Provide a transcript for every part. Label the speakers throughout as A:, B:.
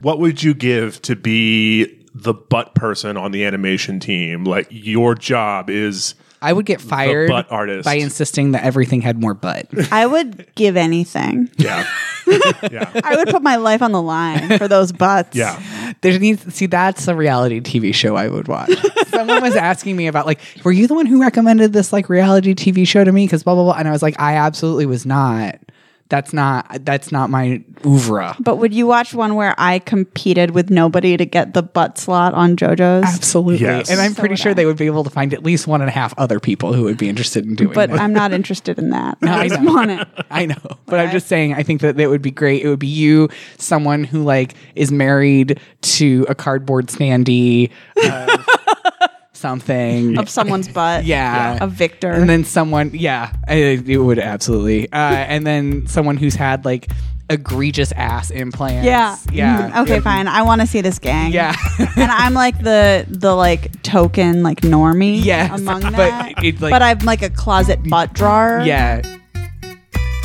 A: What would you give to be the butt person on the animation team? Like your job is
B: I would get fired
A: butt artist.
B: by insisting that everything had more butt.
C: I would give anything.
A: yeah, yeah,
C: I would put my life on the line for those butts.
A: yeah.
B: There needs see that's a reality TV show I would watch. Someone was asking me about like, were you the one who recommended this like reality TV show to me? Because blah blah blah, and I was like, I absolutely was not. That's not that's not my oeuvre.
C: But would you watch one where I competed with nobody to get the butt slot on JoJo's?
B: Absolutely,
A: Yes.
B: and I'm
C: So
B: pretty
C: would
B: sure
C: I.
B: they would be able to find at least one and a half other people who would be interested in doing.
C: But
B: this.
C: I'm not interested in that.
B: I
C: I just
B: know.
C: want it.
B: I know, but I'm
C: I-
B: just saying. I think that it would be great. It would be you, someone who like is married to a cardboard standee, uh, something.
C: Of someone's butt.
B: Yeah.
C: A victor.
B: and then someone, yeah, I- it would absolutely. Uh, and then someone who's had like egregious ass implants.
C: yeah.
B: yeah. Mm-hmm.
C: Mhm. Okay, fine. I want to see this gang.
B: Yeah.
C: and I'm like the the like token like normie
B: Yes,
C: among
B: but
C: that.
B: it's like-
C: but I'm like a closet butt drawer.
B: Yeah.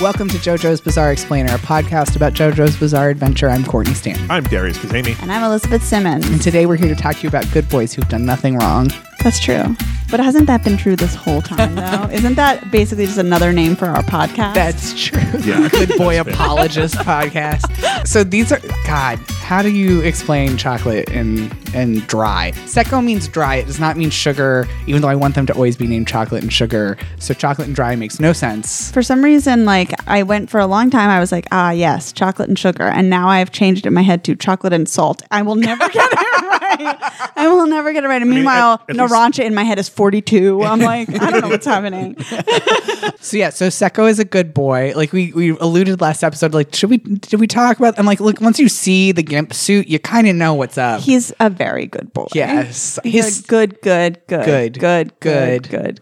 B: Welcome to JoJo's Bizarre Explainer, a podcast about JoJo's Bizarre Adventure. I'm Courtney Stanton.
A: I'm Darius Kazemi.
C: And I'm Elizabeth
B: And
C: Simmons.
B: today we're here to talk to you about good boys who've done nothing wrong.
C: That's true. But hasn't that been true this whole time though? Isn't that basically just another name for our podcast?
B: That's true.
A: Yeah.
B: Good Boy
A: That's fair.
B: Apologist podcast. So these are God. How do you explain chocolate and and dry? Secco means dry. It does not mean sugar. Even though I want them to always be named chocolate and sugar. So chocolate and dry makes no sense.
C: for some reason, like I went for a long time, I was like, ah, yes, chocolate and sugar. And now I've changed it in my head to chocolate and salt. I will never get it right. I will never get it right. And meanwhile,
A: at- at least-
C: Narancha in my head is 42. I'm like, I don't know what's happening.
B: So yeah. So Secco is a good boy. Like we we alluded last episode. Like should we did we talk about? I'm like look. Once you see the gimp suit, you kind of know what's up.
C: He's a very good boy.
B: Yes.
C: He's good, good, good,
B: Good,
C: good, good,
B: good,
C: good,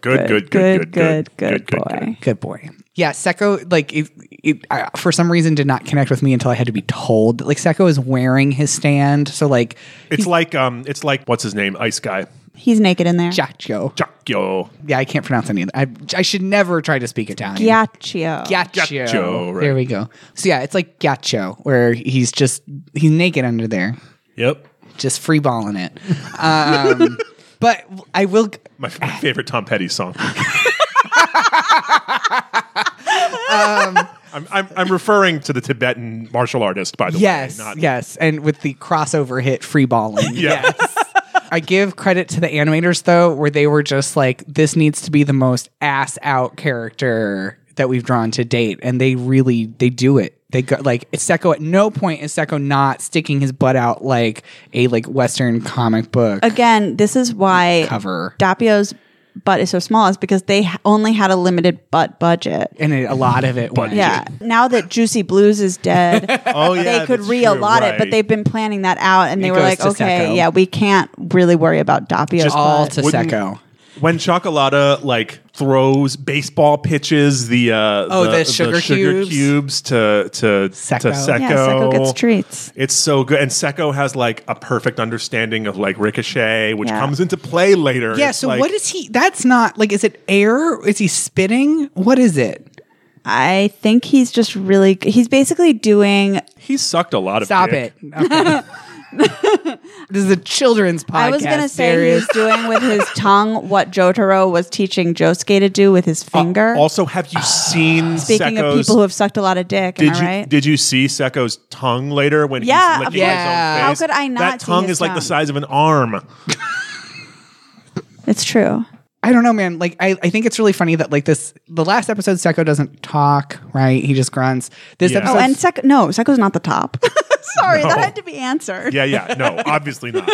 A: good, good,
C: good, good, good,
A: good,
C: good
A: good,
C: boy.
B: Good boy. Yeah, Secco, like, it, it, I, for some reason, did not connect with me until I had to be told. Like, Secco is wearing his stand. So, like,
A: It's like um, it's like what's his name, Ice Guy,
C: He's naked in there.
B: Giaccio.
A: Giacchio.
B: Yeah, I can't pronounce any of that. I, I should never try to speak Italian.
C: Giacchio.
B: Giaccio.
A: Giaccio, right.
B: There we go. So, yeah, it's like Giaccio, where he's just, he's naked under there,
A: Yep,
B: just free balling it. Um, but I will,
A: my, my favorite Tom Petty song. Um, I'm, I'm, I'm referring to the Tibetan martial artist, by the
B: Yes,
A: way. not-
B: yes, and with the crossover hit free balling.
A: Yeah.
B: Yes. I give credit to the animators though, where they were just like, this needs to be the most ass out character that we've drawn to date, and they really they do it. They go like Seko at no point is Seko not sticking his butt out like a like Western comic book
C: Again, this is why
B: cover,
C: Dapio's butt is so small is because they h- only had a limited butt budget.
B: and it, a lot of it went.
C: Yeah. Now that Juicy Blues is dead,
A: Oh yeah,
C: they could
A: that's
C: reallot
A: true,
C: it, but
A: right.
C: they've been planning that out and they
B: It
C: were
B: goes
C: like,
B: to
C: okay,
B: Sacco.
C: yeah, we can't really worry about Dapio's
B: Just all
C: butt.
B: to
A: Wouldn't-
B: Seko.
A: when Chocolata like throws baseball pitches the uh
B: Oh, the sugar cubes?
A: cubes to to to
B: Secco.
A: Secco.
C: yeah, Sacco gets treats.
A: It's so good, and Secco has like a perfect understanding of like ricochet, which
C: Yeah.
A: comes into play later.
B: Yeah.
A: It's
B: So
A: like-
B: what is he? That's not like. Is it air? Is he spitting? What is it?
C: I think he's just really g- he's basically doing
A: he sucked a lot of
B: Stop
A: dick.
B: it. Okay. this is a children's podcast.
C: I was going to say
B: Darius.
C: he's doing with his tongue what Jotaro was teaching Josuke to do with his
A: Uh,
C: finger.
A: Also, have you seen
C: Speaking
A: Secco's,
C: of people who have sucked a lot of dick,
A: did
C: am I
A: you
C: right?
A: did you see Secco's tongue later when
C: Yeah,
A: he's
C: of
A: licking his
B: course. Yeah.
A: own
C: How
A: face?
C: could I
A: That
C: not see
A: tongue
C: his
A: is like the
C: tongue?
A: size of an arm.
C: it's true.
B: I don't know, man. Like, I, I think it's really funny that, like, this, the last episode, Seko doesn't talk, right? He just grunts. This
A: Yeah.
B: episode.
C: Oh, and Sec no, Seko's not the top. Sorry, that had to be answered.
A: Yeah, yeah. No, obviously not.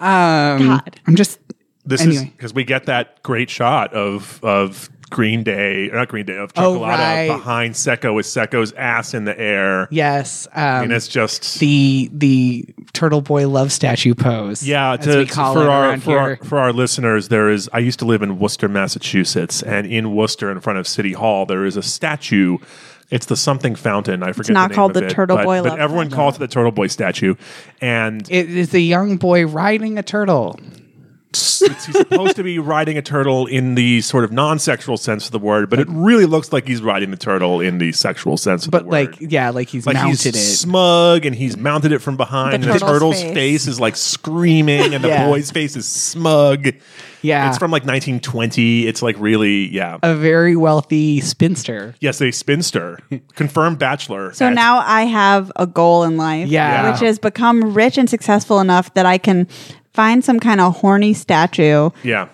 B: um,
C: God.
B: I'm just,
A: This is
B: Anyway.
A: because we get that great shot of of Green Day, or not Green Day, of
B: Oh,
A: Chocolata
B: right.
A: behind Secco with Secco's ass in the air,
B: yes.
A: and
B: Um,
A: it's just
B: the, the Turtle Boy love statue pose.
A: yeah.
B: as
A: to-
B: we call
A: for
B: it
A: our
B: around
A: for our
B: here.
A: for our listeners, there is. I used to live in Worcester, Massachusetts, and in Worcester, in front of City Hall, there is a statue. It's the something fountain. I forget. the
C: not
A: name
C: called
A: of
C: the
A: it,
C: Turtle
A: but-
C: Boy
A: but
C: Love
A: everyone calls it the Turtle Boy statue, and
B: It is the young boy riding a turtle.
A: s- it's, he's supposed to be riding a turtle in the sort of non-sexual sense of the word, but it really looks like he's riding the turtle in the sexual sense of
B: But
A: the
B: like,
A: word.
B: yeah, like he's
A: like
B: mounted
A: he's
B: it.
A: smug and he's mounted it from behind,
C: The
A: and the
C: turtle's
A: turtle's face.
C: face.
A: is like screaming, and the
B: Yeah.
A: boy's face is smug.
B: Yeah. Uh,
A: it's from like 1920. It's like really, yeah.
B: A very wealthy spinster.
A: yes, a spinster, confirmed bachelor.
C: So
A: That's-
C: now I have a goal in life,
B: Yeah.
C: which is become rich and successful enough that I can find some kind of horny statue,
A: yeah.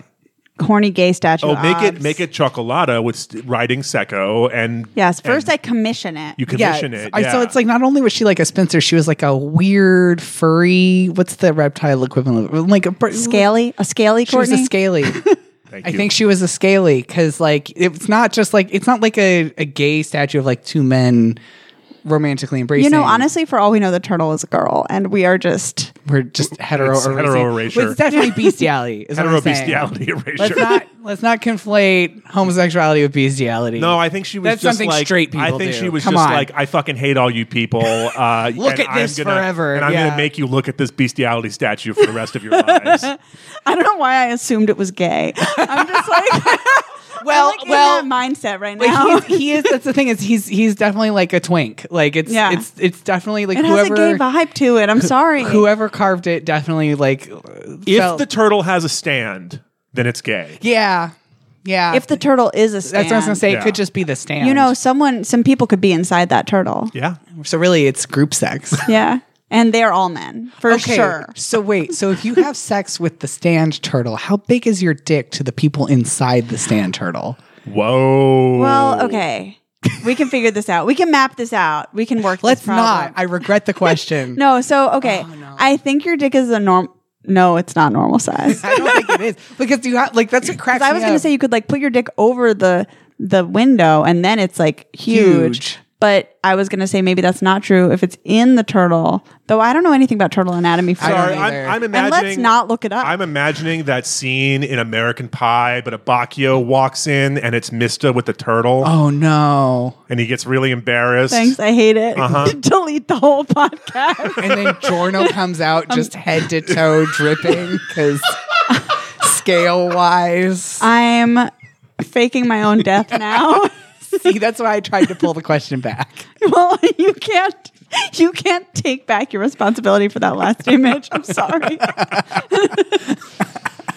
C: horny gay statue.
A: Oh, make
C: of-
A: it make it chocolata with st- riding secco and
C: Yes, first
A: and
C: I commission it.
A: you commission
B: it's-
A: it.
B: I- So
A: yeah.
B: it's like not only was she like a spinster, she was like a weird furry. What's the reptile equivalent? of- Like a per-
C: scaly, a scaly
B: She was
C: Courtney.
B: a scaly.
A: Thank
B: I
A: you.
B: think she was a scaly because like it's not just like it's not like a, a gay statue of like two men romantically embracing.
C: you know, honestly, for all we know, the turtle is a girl, and we are just
B: we're just hetero
A: It's
B: erasing.
A: hetero erasure.
B: Well, It's definitely bestiality. Is what
A: hetero
B: I'm saying.
A: bestiality erasure.
B: Let's not let's not conflate homosexuality with bestiality.
A: No, I think she was
B: That's
A: just
B: something
A: like
B: straight
A: I
B: people
A: think
B: do.
A: she was
B: Come
A: just
B: on.
A: like I fucking hate all you people. Uh,
B: Look
A: and
B: at this
A: I'm gonna,
B: forever,
A: and I'm
B: yeah.
A: gonna make you look at this bestiality statue for the rest of your lives.
C: I don't know why I assumed it was gay. I'm just like,
B: Well,
C: I'm like
B: well,
C: in that mindset right
B: Like,
C: now.
B: he's- he is. That's the thing is he's he's definitely like a twink. Like it's
C: Yeah.
B: it's it's definitely like
C: It has
B: whoever
C: a gay vibe to it. I'm sorry.
B: whoever carved it definitely like
A: if
B: felt-
A: the turtle has a stand, then it's gay.
B: yeah yeah
C: if the turtle is a stand,
B: that's what I was gonna say.
A: Yeah.
B: It could just be the stand.
C: You know, someone, some people could be inside that turtle. Yeah,
A: Yeah,
B: so really it's group sex.
C: and they're all men for sure.
B: So wait, so if you have sex with the stand turtle, how big is your dick to the people inside the stand turtle?
A: Whoa.
C: Well, okay, we can figure this out. We can map this out. We can work.
B: Let's
C: this problem.
B: not. Oh, I regret the question.
C: No, so okay, I think your dick is a norm. No, it's not normal size.
B: I don't think it is because you have like that's what cracks.
C: I
B: me
C: was going to
B: up.
C: say you could like put your dick over the the window and then it's like huge.
B: Huge.
C: But I was going to say maybe that's not true if it's in the turtle. Though I don't know anything about turtle anatomy. For
B: don't
A: Sorry,
B: know either.
A: I'm, I'm
C: and
A: imagining.
C: let's not look it up.
A: I'm imagining that scene in American Pie, but Abacchio walks in and it's Mista with the turtle,
B: Oh no!
A: and he gets really embarrassed.
C: Thanks, Uh-huh. I hate it. Delete the whole podcast.
B: And then Jorno comes out just head to toe dripping because scale wise.
C: I'm faking my own death now.
B: See, that's why I tried to pull the question back.
C: well, you can't. You can't take back your responsibility for that last image. I'm sorry.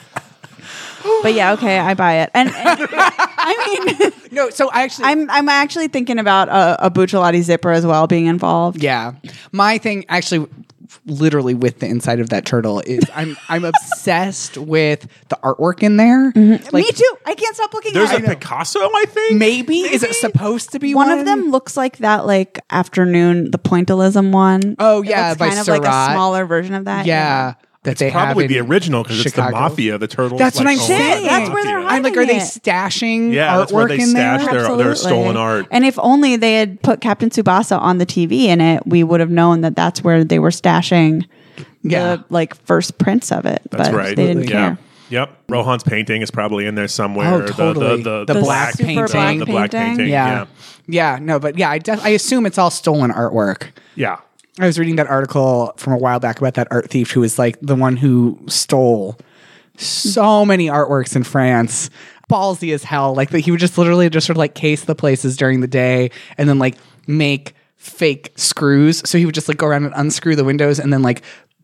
C: but yeah, okay, I buy it. And, and I mean,
B: No, so I actually
C: I'm I'm actually thinking about a, a Bucciolati zipper as well being involved.
B: Yeah. My thing actually literally with the inside of that turtle is I'm I'm obsessed with the artwork in there. Like
C: Mm-hmm. Me too. I can't stop looking
A: There's
C: at
A: a
C: it.
A: Picasso, I think.
B: maybe is it supposed to be
C: One
B: one,
C: of them looks like that, like afternoon, the pointillism one.
B: Oh,
C: It
B: yeah,
C: looks
B: by
C: kind of like a
B: Seurat.
C: smaller version of that.
B: Yeah. That they have
A: Probably
B: in
A: the original because it's the
B: Chicago.
A: mafia. The turtle.
B: That's what I'm saying.
C: That's where they're
B: I'm like, are
C: Hiding
B: they
C: it.
B: stashing
A: Yeah,
B: artwork
A: that's where they
B: in there?
A: stash their- their stolen art.
C: And if only they had put Captain Tsubasa on the TV in it, we would have known that that's where they were stashing
B: Yeah.
C: the like first prints of it.
A: That's
C: but
A: right.
C: They didn't
A: yeah.
C: care.
A: Yep. Rohan's painting is probably in there somewhere.
B: Oh,
A: The-
B: totally.
A: The, the,
B: The black
C: super
B: painting.
A: The, the black
C: painting.
A: painting.
B: yeah.
A: Yeah.
B: yeah. no, but yeah, I def- I assume it's all stolen artwork.
A: Yeah.
B: I was reading that article from a while back about that art thief who was like the one who stole so many artworks in France. Ballsy as hell. Like that he would just literally just sort of like case the places during the day and then like make fake screws. So he would just like go around and unscrew the windows and then like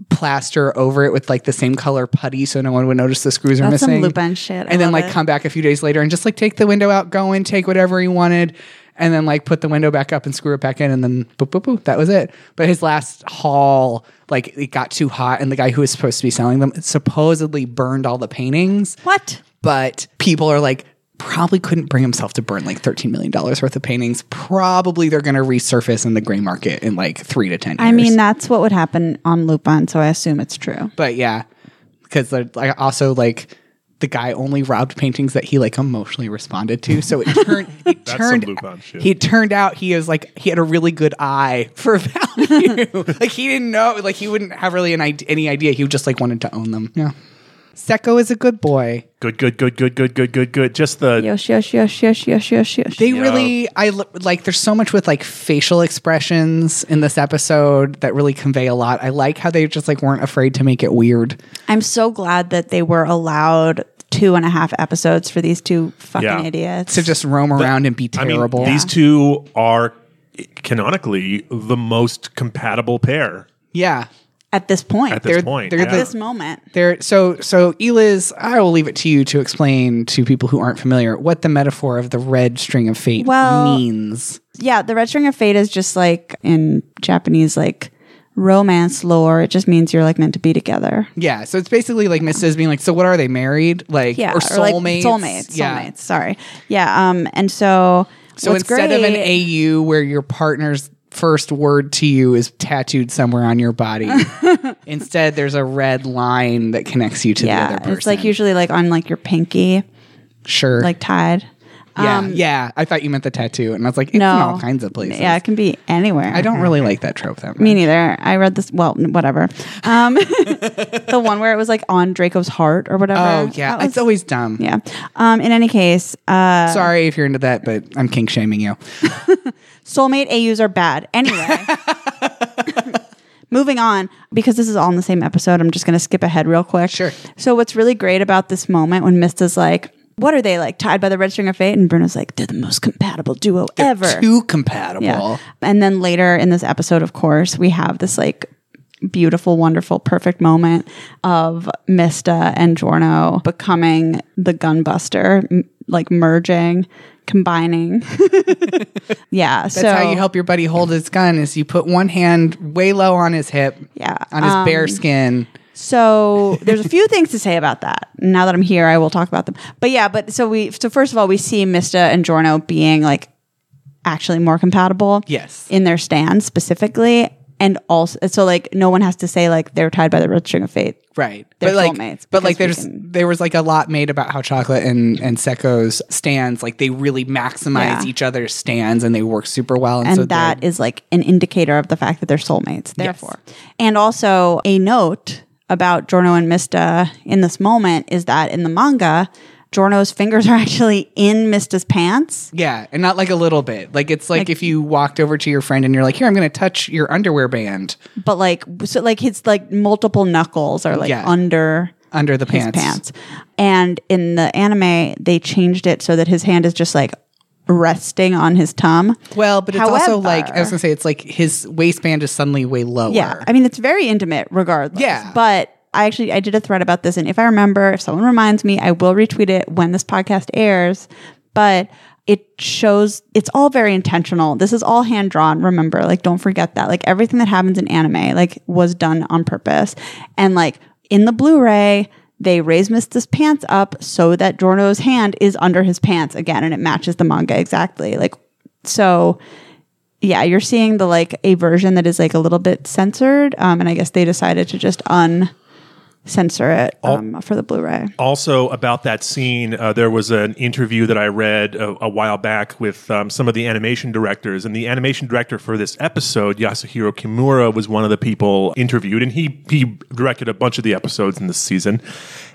B: plaster over it with like the same color putty so no one would notice the screws are
C: That's some
B: missing.
C: Lupin shit. I
B: and then
C: love
B: like
C: it.
B: come back a few days later and just like take the window out, go in, take whatever he wanted, and then like put the window back up and screw it back in, and then boop boop boop. That was it. But his last haul, like it got too hot, and the guy who was supposed to be selling them supposedly burned all the paintings.
C: What?
B: But people are like. Probably couldn't bring himself to burn like $13 million worth of paintings. Probably they're going to resurface in the gray market in like three to 10 years.
C: I mean, that's what would happen on Lupin, so I assume it's true.
B: But yeah, because like also like the guy only robbed paintings that he like emotionally responded to. So it turned it
A: some
B: turned
A: Lupin shit.
B: he turned out he is like he had a really good eye for value. like he didn't know like he wouldn't have really an idea, any idea. He just like wanted to own them. Yeah. Seko is a good boy.
A: Good, good, good, good, good, good, good, good. Just the
C: Yosh, yosh, yosh, yosh, yosh, yosh, yosh.
B: They really, I l- like. There's so much with like facial expressions in this episode that really convey a lot. I like how they just like weren't afraid to make it weird.
C: I'm so glad that they were allowed two and a half episodes for these two fucking
A: Yeah.
C: idiots.
B: to just roam around and be terrible.
A: I mean, these two are canonically the most compatible pair
B: yeah.
C: at this point.
A: at this
B: They're-
A: point.
B: they're
A: yeah.
C: At this moment.
B: There so so Eliz, I will leave it to you to explain to people who aren't familiar what the metaphor of the red string of fate
C: Well-
B: means.
C: Yeah, the red string of fate is just like in Japanese like romance lore, it just means you're like meant to be together.
B: Yeah. So it's basically like Mrs. being like, so what are they married? Like
C: Yeah.
B: or soulmates.
C: soulmates.
B: Yeah.
C: Soulmates. Sorry. Yeah. Um and so
B: So
C: what's
B: instead of an
C: great-
B: AU where your partner's first word to you is tattooed somewhere on your body. instead there's a red line that connects you to the other
C: Yeah.
B: person.
C: It's like usually like on like your pinky,
B: sure.
C: like tied.
B: yeah, yeah. I thought you meant the tattoo and I was like, it's in
C: No.
B: all kinds of places.
C: Yeah, it can be anywhere.
B: I don't really like that trope that much.
C: Me neither. I read this. Well, n- whatever. Um, the one where it was like on Draco's heart or whatever.
B: Oh yeah,
C: That was-
B: it's always dumb.
C: yeah. Um, in any case, uh,
B: Sorry if you're into that, but I'm kink shaming you.
C: soulmate AUs are bad. Anyway, moving on because this is all in the same episode. I'm just going to skip ahead real quick.
B: Sure.
C: So what's really great about this moment when Mista's like, "What are they like tied by the red string of fate?" and Bruno's like, "They're the most compatible duo ever."
B: Too compatible.
C: Yeah. And then later in this episode, of course, we have this like beautiful, wonderful, perfect moment of Mista and Jorno becoming the gunbuster, m- like merging, combining. yeah. so
B: That's how you help your buddy hold his gun is you put one hand way low on his hip.
C: Yeah,
B: On his
C: um,
B: bare skin.
C: So there's a few things to say about that. Now that I'm here, I will talk about them. But yeah, but so we so first of all, we see Mista and Jorno being like actually more compatible.
B: Yes.
C: In their stands specifically. And also so like no one has to say like they're tied by the red string of fate.
B: Right.
C: They're
B: But like
C: soulmates
B: but like
C: because
B: there's
C: we can-
B: there was like a lot made about how chocolate and, and Seko's stands, like they really maximize
C: Yeah.
B: each other's stands and they work super well. And,
C: And
B: so
C: that is like an indicator of the fact that they're soulmates, therefore. And also a note about Jorno and Mista in this moment is that in the manga, Jorno's fingers are actually in Mista's pants.
B: yeah, and not like a little bit. Like it's like, if you walked over to your friend and you're like, "Here, I'm going to touch your underwear band
C: but like so like his like multiple knuckles are like
B: Yeah. Uh,
C: under
B: under the
C: his pants. And in the anime, they changed it so that his hand is just like resting on his tum.
B: Well, but it's also like I was
C: However-
B: gonna say it's like his waistband is suddenly way lower.
C: Yeah, I mean it's very intimate, regardless.
B: Yeah.
C: but I actually I did a thread about this, and if I remember, if someone reminds me, I will retweet it when this podcast airs. But it shows it's all very intentional. This is all hand drawn. Remember, like don't forget that. Like everything that happens in anime, like was done on purpose, and like in the Blu-ray. They raise Mista's pants up so that Jorno's hand is under his pants again, and it matches the manga exactly. Like, so yeah, you're seeing the like a version that is like a little bit censored, um, and I guess they decided to just uncensor it um, for the Blu-ray.
A: also about that scene uh, there was an interview that i read a, a while back with um, some of the animation directors and the animation director for this episode yasuhiro kimura was one of the people interviewed and he he directed a bunch of the episodes in this season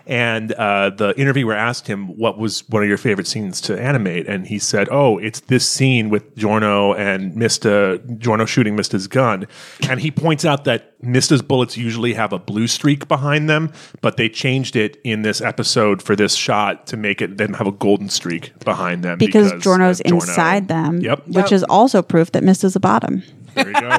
A: and uh, the interviewer asked him what was one of your favorite scenes to animate and he said oh it's this scene with Giorno and mista Giorno shooting mista's gun and he points out that Mista's bullets usually have a blue streak behind them, but they changed it in this episode for this shot to make it them have a golden streak behind them
C: Because,
A: of
C: Jorno's
A: Giorno.
C: inside them,
A: Yep.
C: which is also proof that Mista's a bottom. E
A: There you go.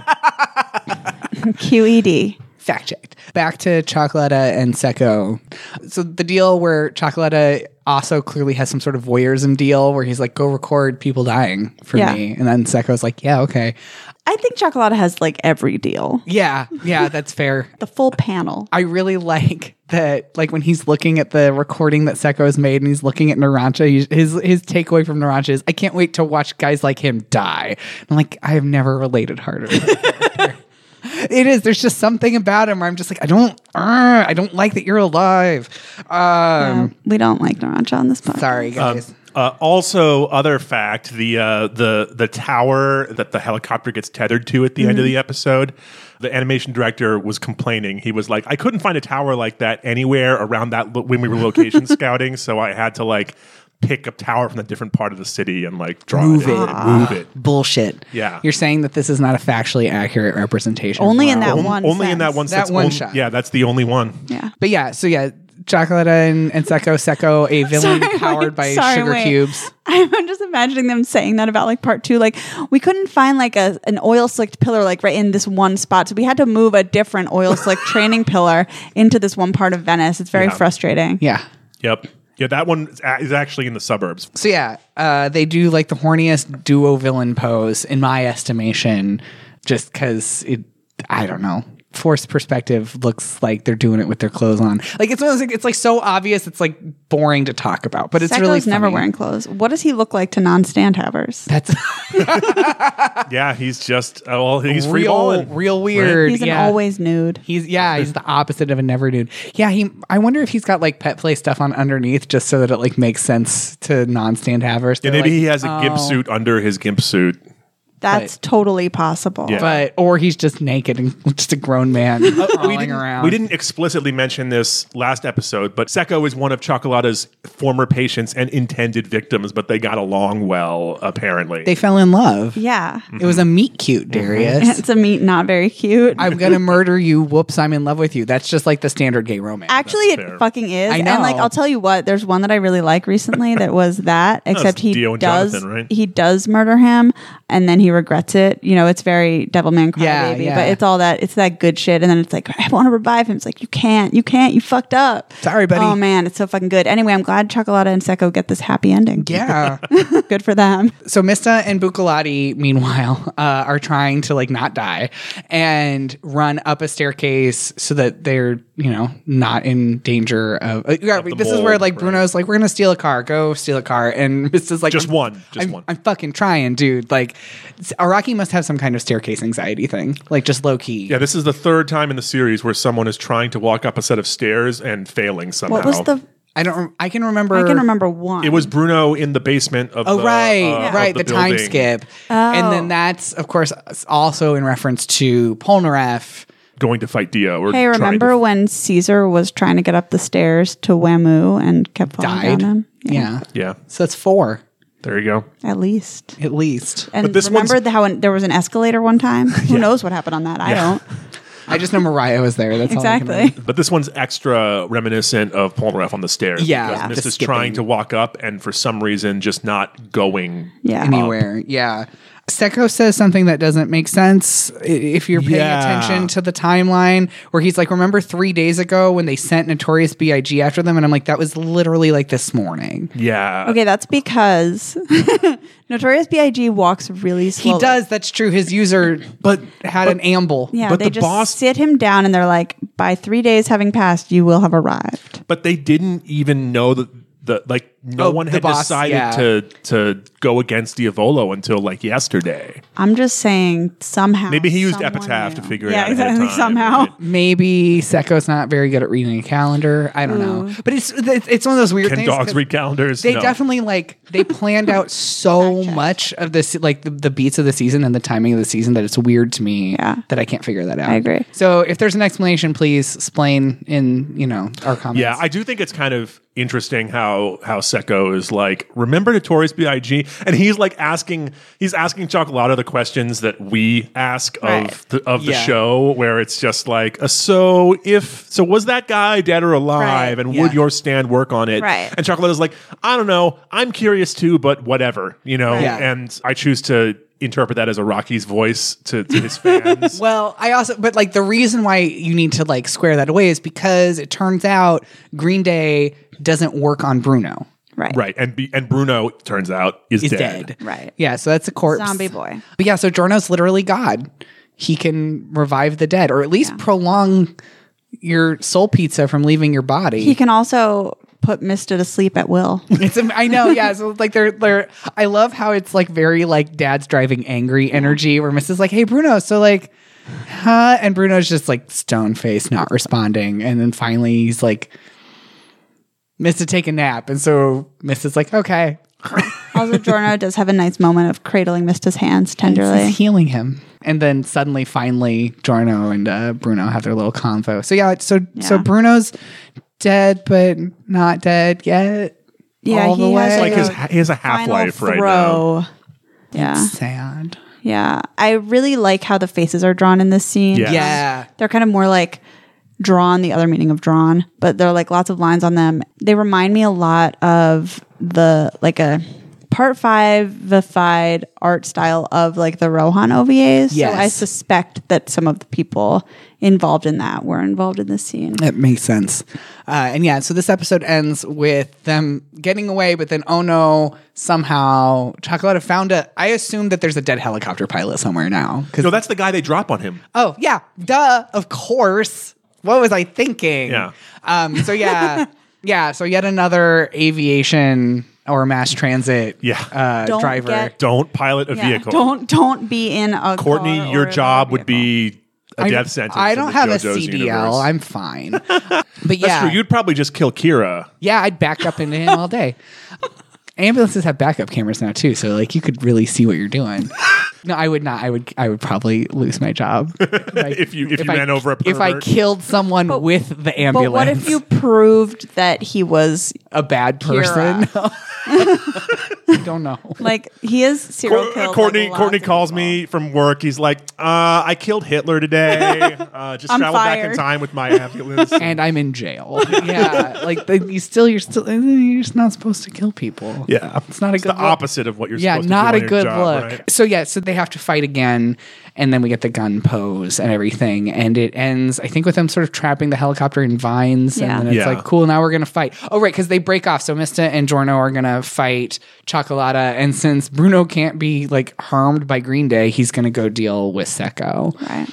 C: QED.
B: Fact checked. Back to Chocolata and Seco. So the deal where Chocolata also clearly has some sort of voyeurism deal where he's like, go record people dying for
C: Yeah.
B: me. And then Seco's like, yeah, okay.
C: I think Chocolata has like every deal,
B: Yeah, yeah, that's fair.
C: the full panel.
B: I really like that, like when he's looking at the recording that Seco's made and he's looking at Narancha, he- his his takeaway from Narancha is, I can't wait to watch guys like him die. I'm like, I have never related harder. it is. There's just something about him where I'm just like, I don't, uh, I don't like that you're alive. Um,
C: Um, we don't like Narancha on this podcast.
B: Sorry, guys.
A: Uh, also, other fact: the uh, the the tower that the helicopter gets tethered to at the end of the episode The animation director was complaining. He was like, I couldn't find a tower like that anywhere around that lo- when we were location scouting, so I had to like pick a tower from a different part of the city and like draw it,
B: Move
A: in
B: it.
C: Ah,
B: Ah.
A: and move it.
B: Bullshit.
A: Yeah.
B: You're saying that this is not a factually accurate representation.
C: Only
B: Wow.
C: in that
A: Only-
C: one.
A: only in that
C: sense.
A: one.
B: That
A: sense.
B: one
A: Only-
B: shot.
A: Yeah, that's the only one.
C: Yeah.
B: But yeah, so yeah, Chocolata and, and Seko Seko, a villain
C: Sorry,
B: powered by
C: wait, sorry,
B: sugar
C: wait.
B: cubes.
C: I'm just imagining them saying that about like part two. Like we couldn't find like a an oil slicked pillar like right in this one spot, so we had to move a different oil slick training pillar into this one part of Venice. It's very
A: Yeah.
C: frustrating.
B: Yeah.
A: Yep. Yeah, that one is a- is actually in the suburbs.
B: So yeah, uh, they do like the horniest duo villain pose in my estimation, just because it. I don't know. Forced perspective looks like they're doing it with their clothes on. Like it's one of those, like, it's like so obvious. It's like boring to talk about, but it's
C: Psycho's
B: really
C: never
B: funny.
C: wearing clothes. What does he look like to non standhavers?
B: That's
A: Yeah, he's just oh, well, he's free
B: real,
A: balling.
B: real weird.
C: He's an
B: yeah.
C: always nude.
B: He's yeah, he's the opposite of a never dude. Yeah, he. I wonder if he's got like pet play stuff on underneath, just so that it like makes sense to non-stand havers.
A: Yeah, maybe he has a gimp suit under his gimp suit.
C: That's totally possible.
A: Yeah.
B: but or he's just naked and just a grown man crawling around.
A: Uh, We didn't explicitly mention this last episode, but Secco is one of Chocolata's former patients and intended victims, but they got along well, apparently.
B: They fell in love.
A: Mm-hmm.
C: Yeah.
B: It was a meet cute, Darius.
C: It's a meat not very cute.
B: Mm-hmm. I'm gonna murder you. Whoops, I'm in love with you. That's just like the standard gay romance.
C: Actually, it
A: That's fair.
C: fucking is.
B: I
C: And like,
B: know.
C: I'll tell you what. There's one that I really like recently that was that. Except he
A: Dio and
C: does
A: Jonathan, right?
C: he does murder him, and then he regrets it. You know, it's very Devilman Crybaby,
B: Yeah, yeah.
C: but it's all that. It's that good shit. And then it's like, I want to revive him. It's like you can't, you can't, you fucked up.
B: Sorry, buddy.
C: Oh man, it's so fucking good. Anyway, I'm glad Chocolata and Secco get this happy ending.
B: yeah.
C: good for them.
B: so Mista and Bucalati, meanwhile, uh, are trying to like not die and run up a staircase so that they're you know not in danger of. Uh, yeah,
A: the
B: this is where
A: mold,
B: like
A: right.
B: Bruno's like, we're gonna steal a car, go steal a car, and Mista's like,
A: Just
B: "I'm-
A: one. Just
B: I'm-
A: one."
B: I'm fucking trying, dude. Like, Araki must have some kind of staircase anxiety thing, like just low key.
A: yeah, this is the third time in the series where someone is trying to walk up a set of stairs and failing somehow.
C: What was the?
B: I don't. I can remember.
C: I can remember one.
A: It was Bruno in the basement of
B: Oh
A: the
B: right,
A: uh, of
B: right. The, time
A: building.
B: skip, and
C: Oh.
B: then that's of course also in reference to Polnareff.
A: going to fight Dio or
C: Hey,
A: trying to
C: remember when Caesar was trying to get up the stairs to Wamu and kept falling
B: Died.
C: down him?
B: Yeah.
A: Yeah,
B: So that's four
A: there you go.
C: At least.
B: at least.
C: And
A: But this
C: remember
A: one's-
C: the- how an, there was an escalator one time? Who knows what happened on that? I don't.
B: I just know Mariah was there. That's All I can
C: Exactly.
B: remember.
A: But this one's extra reminiscent of Polnareff on the stairs.
B: Yeah,
A: because
B: yeah,
A: Mist
B: the
A: is
B: skipping.
A: trying to walk up and for some reason just not going.
C: Yeah.
B: Anywhere, yeah. Seko says something that doesn't make sense i- if you're paying
A: Yeah.
B: attention to the timeline, where he's like, "Remember three days ago when they sent Notorious B.I.G. after them?" And I'm like, "That was literally like this morning."
A: Yeah.
C: Okay, that's because Notorious B.I.G. walks really
B: He
C: slowly.
B: does. That's true. His user, but had an amble.
C: Yeah,
A: But
C: they
A: the
C: just
A: boss-
C: sit him down and they're like, by three days having passed, you will have arrived.
A: But they didn't even know that the like no
B: Oh,
A: one
B: the
A: had
B: boss,
A: decided
B: yeah.
A: to to go against Diavolo until like yesterday.
C: I'm just saying somehow.
A: Maybe he used
C: someone
A: Epitaph to
C: knew.
A: figure
C: yeah,
A: it out. ahead of
C: exactly.
A: time.
C: Somehow.
B: Maybe Seko's not very good at reading a calendar. I don't know.
C: Mm.
B: But it's it's it's one of those weird
A: Can
B: things.
A: dogs
B: 'cause
A: read calendars?
B: They
A: No.
B: definitely like they planned out so much of this like the, the beats of the season and the timing of the season that it's weird to me
C: Yeah.
B: that I can't figure that out.
C: I agree.
B: So if there's an explanation, please explain in, you know, our comments.
A: Yeah, I do think it's kind of interesting how how Secco is like, remember Notorious B.I.G. and he's like asking he's asking Chocolata the questions that we ask
C: Right.
A: of the of the
B: Yeah.
A: show, where it's just like, uh, so if so, was that guy dead or alive,
C: Right.
A: and
B: Yeah.
A: would your stand work on it?
C: Right.
A: And Chocolata's like, I don't know, I'm curious too, but whatever, you know.
B: Right. Yeah.
A: And I choose to interpret that as a Rocky's voice to, to his fans.
B: Well, I also, but like the reason why you need to like square that away is because it turns out Green Day doesn't work on Bruno.
C: Right.
A: Right, and be, and Bruno turns out is,
B: Is
A: dead.
B: dead.
C: Right.
B: Yeah. So that's a corpse.
C: Zombie boy.
B: But yeah, so Jorno's literally God. He can revive the dead or at least prolong your soul pizza from leaving your body.
C: He can also put Mista to sleep at will.
B: it's am- I know, yeah. So like they're they're I love how it's like very like dad's driving angry energy where Mrs. like, hey Bruno, so like huh? And Bruno's just like stone faced, not responding. And then finally he's like Mrs. take a nap. And so Mrs. like, okay.
C: Also, Giorno does have a nice moment of cradling Mista's hands tenderly.
B: He's healing him. And then suddenly, finally, Giorno and uh, Bruno have their little convo. So yeah, so so
C: Yeah.
B: Bruno's dead, but not dead yet.
C: Yeah,
B: all the
C: he has
B: way.
C: a
A: Like his, he has a half
C: Final
A: life right now.
C: throw. Yeah,
B: Sad.
C: yeah. I really like how the faces are drawn in this scene.
A: Yeah.
B: Yeah.
C: They're kind of more like drawn, the other meaning of drawn, but there are like lots of lines on them. They remind me a lot of the like a part fiveified art style of like the Rohan OVAs. So I
B: Yes.
C: suspect that some of the people involved in that were involved in this scene.
B: It makes sense. Uh, and yeah, so this episode ends with them getting away, but then oh no, somehow Chocolata found a. I assume that there's a dead helicopter pilot somewhere now. 'cause-
A: No, that's the guy they drop on him.
B: oh yeah, duh, of course. What was I thinking?
A: Yeah.
B: Um. So yeah, yeah. So yet another aviation or mass transit.
A: Yeah.
B: Uh,
C: Don't
B: driver.
C: get-
A: Don't pilot a
C: Yeah.
A: vehicle.
C: Don't don't be in a car
A: Courtney,
C: or
A: your
C: a
A: job
C: vehicle.
A: would be a
B: I-
A: death sentence.
B: I
A: in
B: don't
A: the
B: have a
A: JoJo's
B: CDL.
A: universe.
B: I'm fine. But yeah,
A: That's true. You'd probably just kill Kira.
B: Yeah, I'd back up into him all day. Ambulances have backup cameras now too, so like you could really see what you're doing. No, I would not. I would. I would probably lose my job if, I-
A: If you- if you ran over a
B: If I
A: pervert.
B: killed someone with the
C: But
B: ambulance,
C: what if you proved that he was
B: a bad person? I don't know.
C: like he is serial
A: Cour-
C: killed, like,
A: Courtney,
C: lots
A: Courtney
C: of
A: calls
C: people.
A: me from work. He's like, uh, "I killed Hitler today. Uh, just
C: I'm
A: travel back in
C: fired."
A: time with my ambulance."
B: And I'm in jail. Yeah, like the, you still, you're still, eh, you're just not supposed to kill people.
A: yeah,
B: it's not a
A: It's
B: good
A: the
B: look.
A: opposite of what you're.
B: yeah,
A: supposed
B: not
A: to
B: a
A: do on your
B: good
A: job,
B: look.
A: right?
B: So yeah, so they have to fight again, and then we get the gun pose and everything, and it ends. I think with them sort of trapping the helicopter in vines,
C: Yeah.
B: and then it's
A: Yeah.
B: like, cool, now we're gonna fight. Oh right, because they break off. So Mista and Jorno are gonna fight Chocolata, and since Bruno can't be like harmed by Green Day, he's gonna go deal with Seko.
C: Right.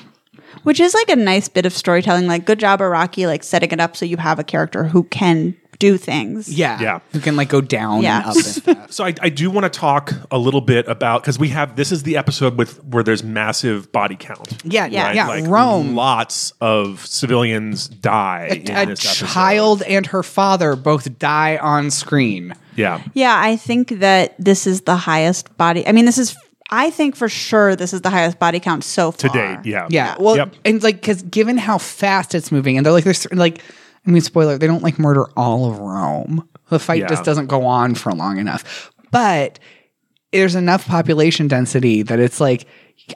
C: Which is like a nice bit of storytelling. Like, good job, Iraqi, like setting it up so you have a character who can do things.
B: Yeah,
A: Yeah.
B: who can like go down
C: Yeah.
B: and up. And stuff.
A: So I, I do want to talk a little bit about because we have this is the episode with where there's massive body count.
B: yeah, yeah,
C: Right,
B: yeah.
A: Like,
B: Rome.
A: Lots of civilians die. in
B: a
A: this episode.
B: child and her father both die on screen.
A: Yeah.
C: Yeah, I think that this is the highest body. I mean, this is, I think for sure this is the highest body count so
A: To
C: far.
A: date. Yeah.
B: Yeah. Well,
A: Yep.
B: and like, because given how fast it's moving, and they're like, there's like, I mean, spoiler, they don't like murder all of Rome. The fight
A: Yeah.
B: just doesn't go on for long enough. But there's enough population density that it's like,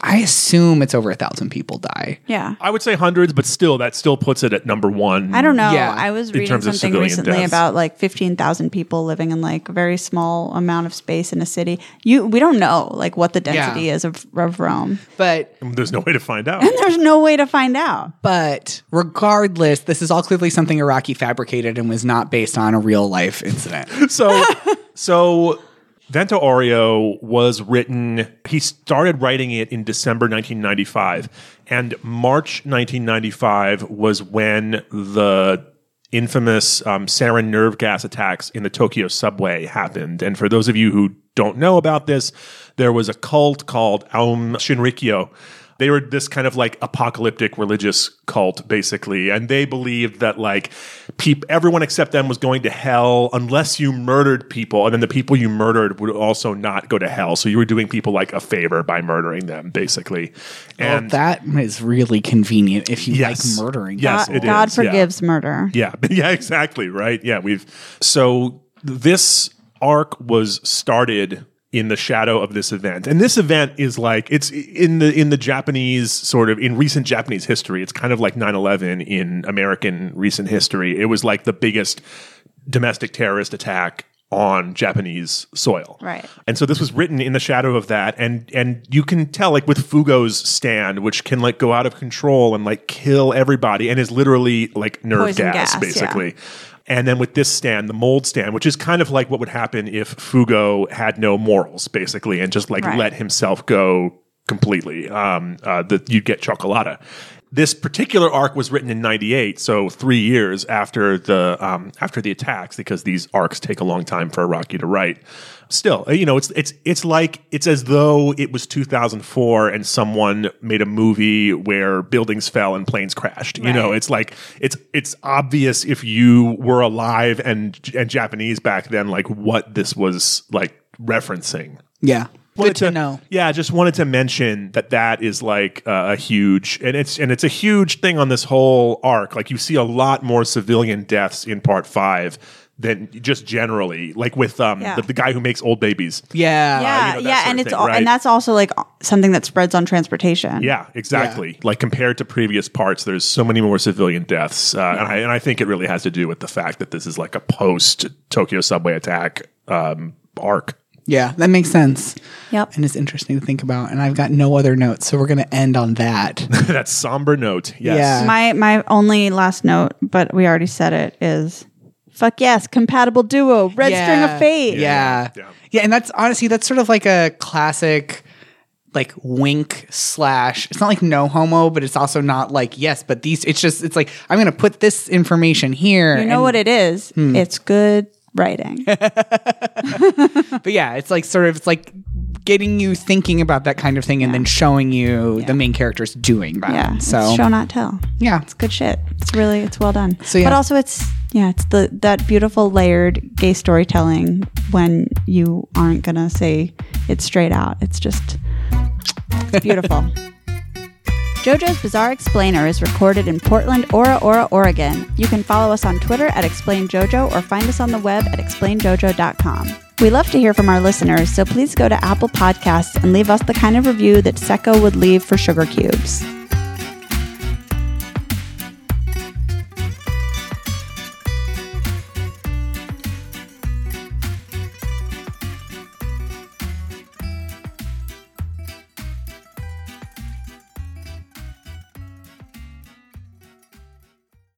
B: I assume it's over a thousand people die.
C: Yeah.
A: I would say hundreds, but still, that still puts it at number one.
C: I don't know.
B: Yeah.
C: I was
A: In
C: reading
A: terms of
C: something
A: civilian
C: recently
A: deaths.
C: about like 15,000 people living in like a very small amount of space in a city. You, we don't know like what the density is of, of Rome.
B: But
A: There's no way to find out.
C: There's no way to find out.
B: but regardless, this is all clearly something Iraqi fabricated and was not based on a real life incident.
A: so so Vento Oreo was written he started writing it in December 1995 and March 1995 was when the infamous um, sarin nerve gas attacks in the Tokyo subway happened and for those of you who don't know about this there was a cult called Aum Shinrikyo they were this kind of like apocalyptic religious cult basically and they believed that like peop- everyone except them was going to hell unless you murdered people and then the people you murdered would also not go to hell so you were doing people like a favor by murdering them basically
B: Well,
A: and
B: that is really convenient if you
A: Yes.
B: like murdering.
A: Yes.
C: God,
A: it
C: God
A: is, yeah.
C: forgives murder.
A: yeah yeah exactly right yeah we've so this arc was started in the shadow of this event and this event is like it's in the in the japanese sort of in recent japanese history it's kind of like 9-11 in american recent history it was like the biggest domestic terrorist attack on japanese soil
C: Right.
A: and so this was written in the shadow of that, and and you can tell like with Fugo's stand, which can like go out of control and like kill everybody, and is literally like nerve
C: Poison
A: gas,
C: gas,
A: basically. And then with this stand, the mold stand, which is kind of like what would happen if Fugo had no morals, basically, and just like
C: Right.
A: let himself go completely. Um, uh, that you'd get Chocolata. This particular arc was written in '98, so three years after the um, after the attacks, because these arcs take a long time for Iraqi to write. Still, uh, you know, it's it's it's like it's as though it was 2004 and someone made a movie where buildings fell and planes crashed. You know,
C: Right.
A: it's like it's it's obvious if you were alive and and Japanese back then, like what this was like referencing.
B: Yeah.
A: Wanted
B: Good to know.
A: Yeah, I just wanted to mention that that is like uh, a huge and it's and it's a huge thing on this whole arc. Like you see a lot more civilian deaths in part 5 than just generally like with um
C: Yeah.
A: the, the guy who makes old babies.
B: Yeah.
C: yeah,
A: you know, that
C: yeah,
A: sort
C: and
A: of
C: it's
A: thing,
C: all,
A: right?
C: and that's also like something that spreads on transportation.
A: Yeah, exactly. Like compared to previous parts, there's so many more civilian deaths, uh, and, I, and I think it really has to do with the fact that this is like a post Tokyo subway attack um, arc.
B: Yeah, that makes sense.
C: Yep.
B: And it's interesting to think about. And I've got no other notes, so we're going to end on that.
A: that somber note. Yes.
B: Yeah.
C: My my only last note, but we already said it is fuck yes, compatible duo, red
B: Yeah.
C: string of fate.
B: Yeah.
A: Yeah.
B: yeah. And that's honestly, that's sort of like a classic like wink slash it's not like no homo but it's also not like yes but these it's just it's like i'm gonna put this information here
C: You know
B: and-
C: what it is? It's good writing.
B: but yeah it's like sort of it's like getting you thinking about that kind of thing and then showing you the main characters doing that
C: yeah.
B: so
C: it's show not tell.
B: yeah
C: It's good shit. It's really it's well done.
B: So, yeah.
C: But also it's yeah, it's the that beautiful layered gay storytelling when you aren't gonna say it straight out. It's just it's beautiful. JoJo's Bizarre Explainer is recorded in Portland, Ora Ora, Oregon. You can follow us on Twitter at ExplainJoJo or find us on the web at explainjojo.com. We love to hear from our listeners, so please go to Apple Podcasts and leave us the kind of review that Seko would leave for Sugar Cubes.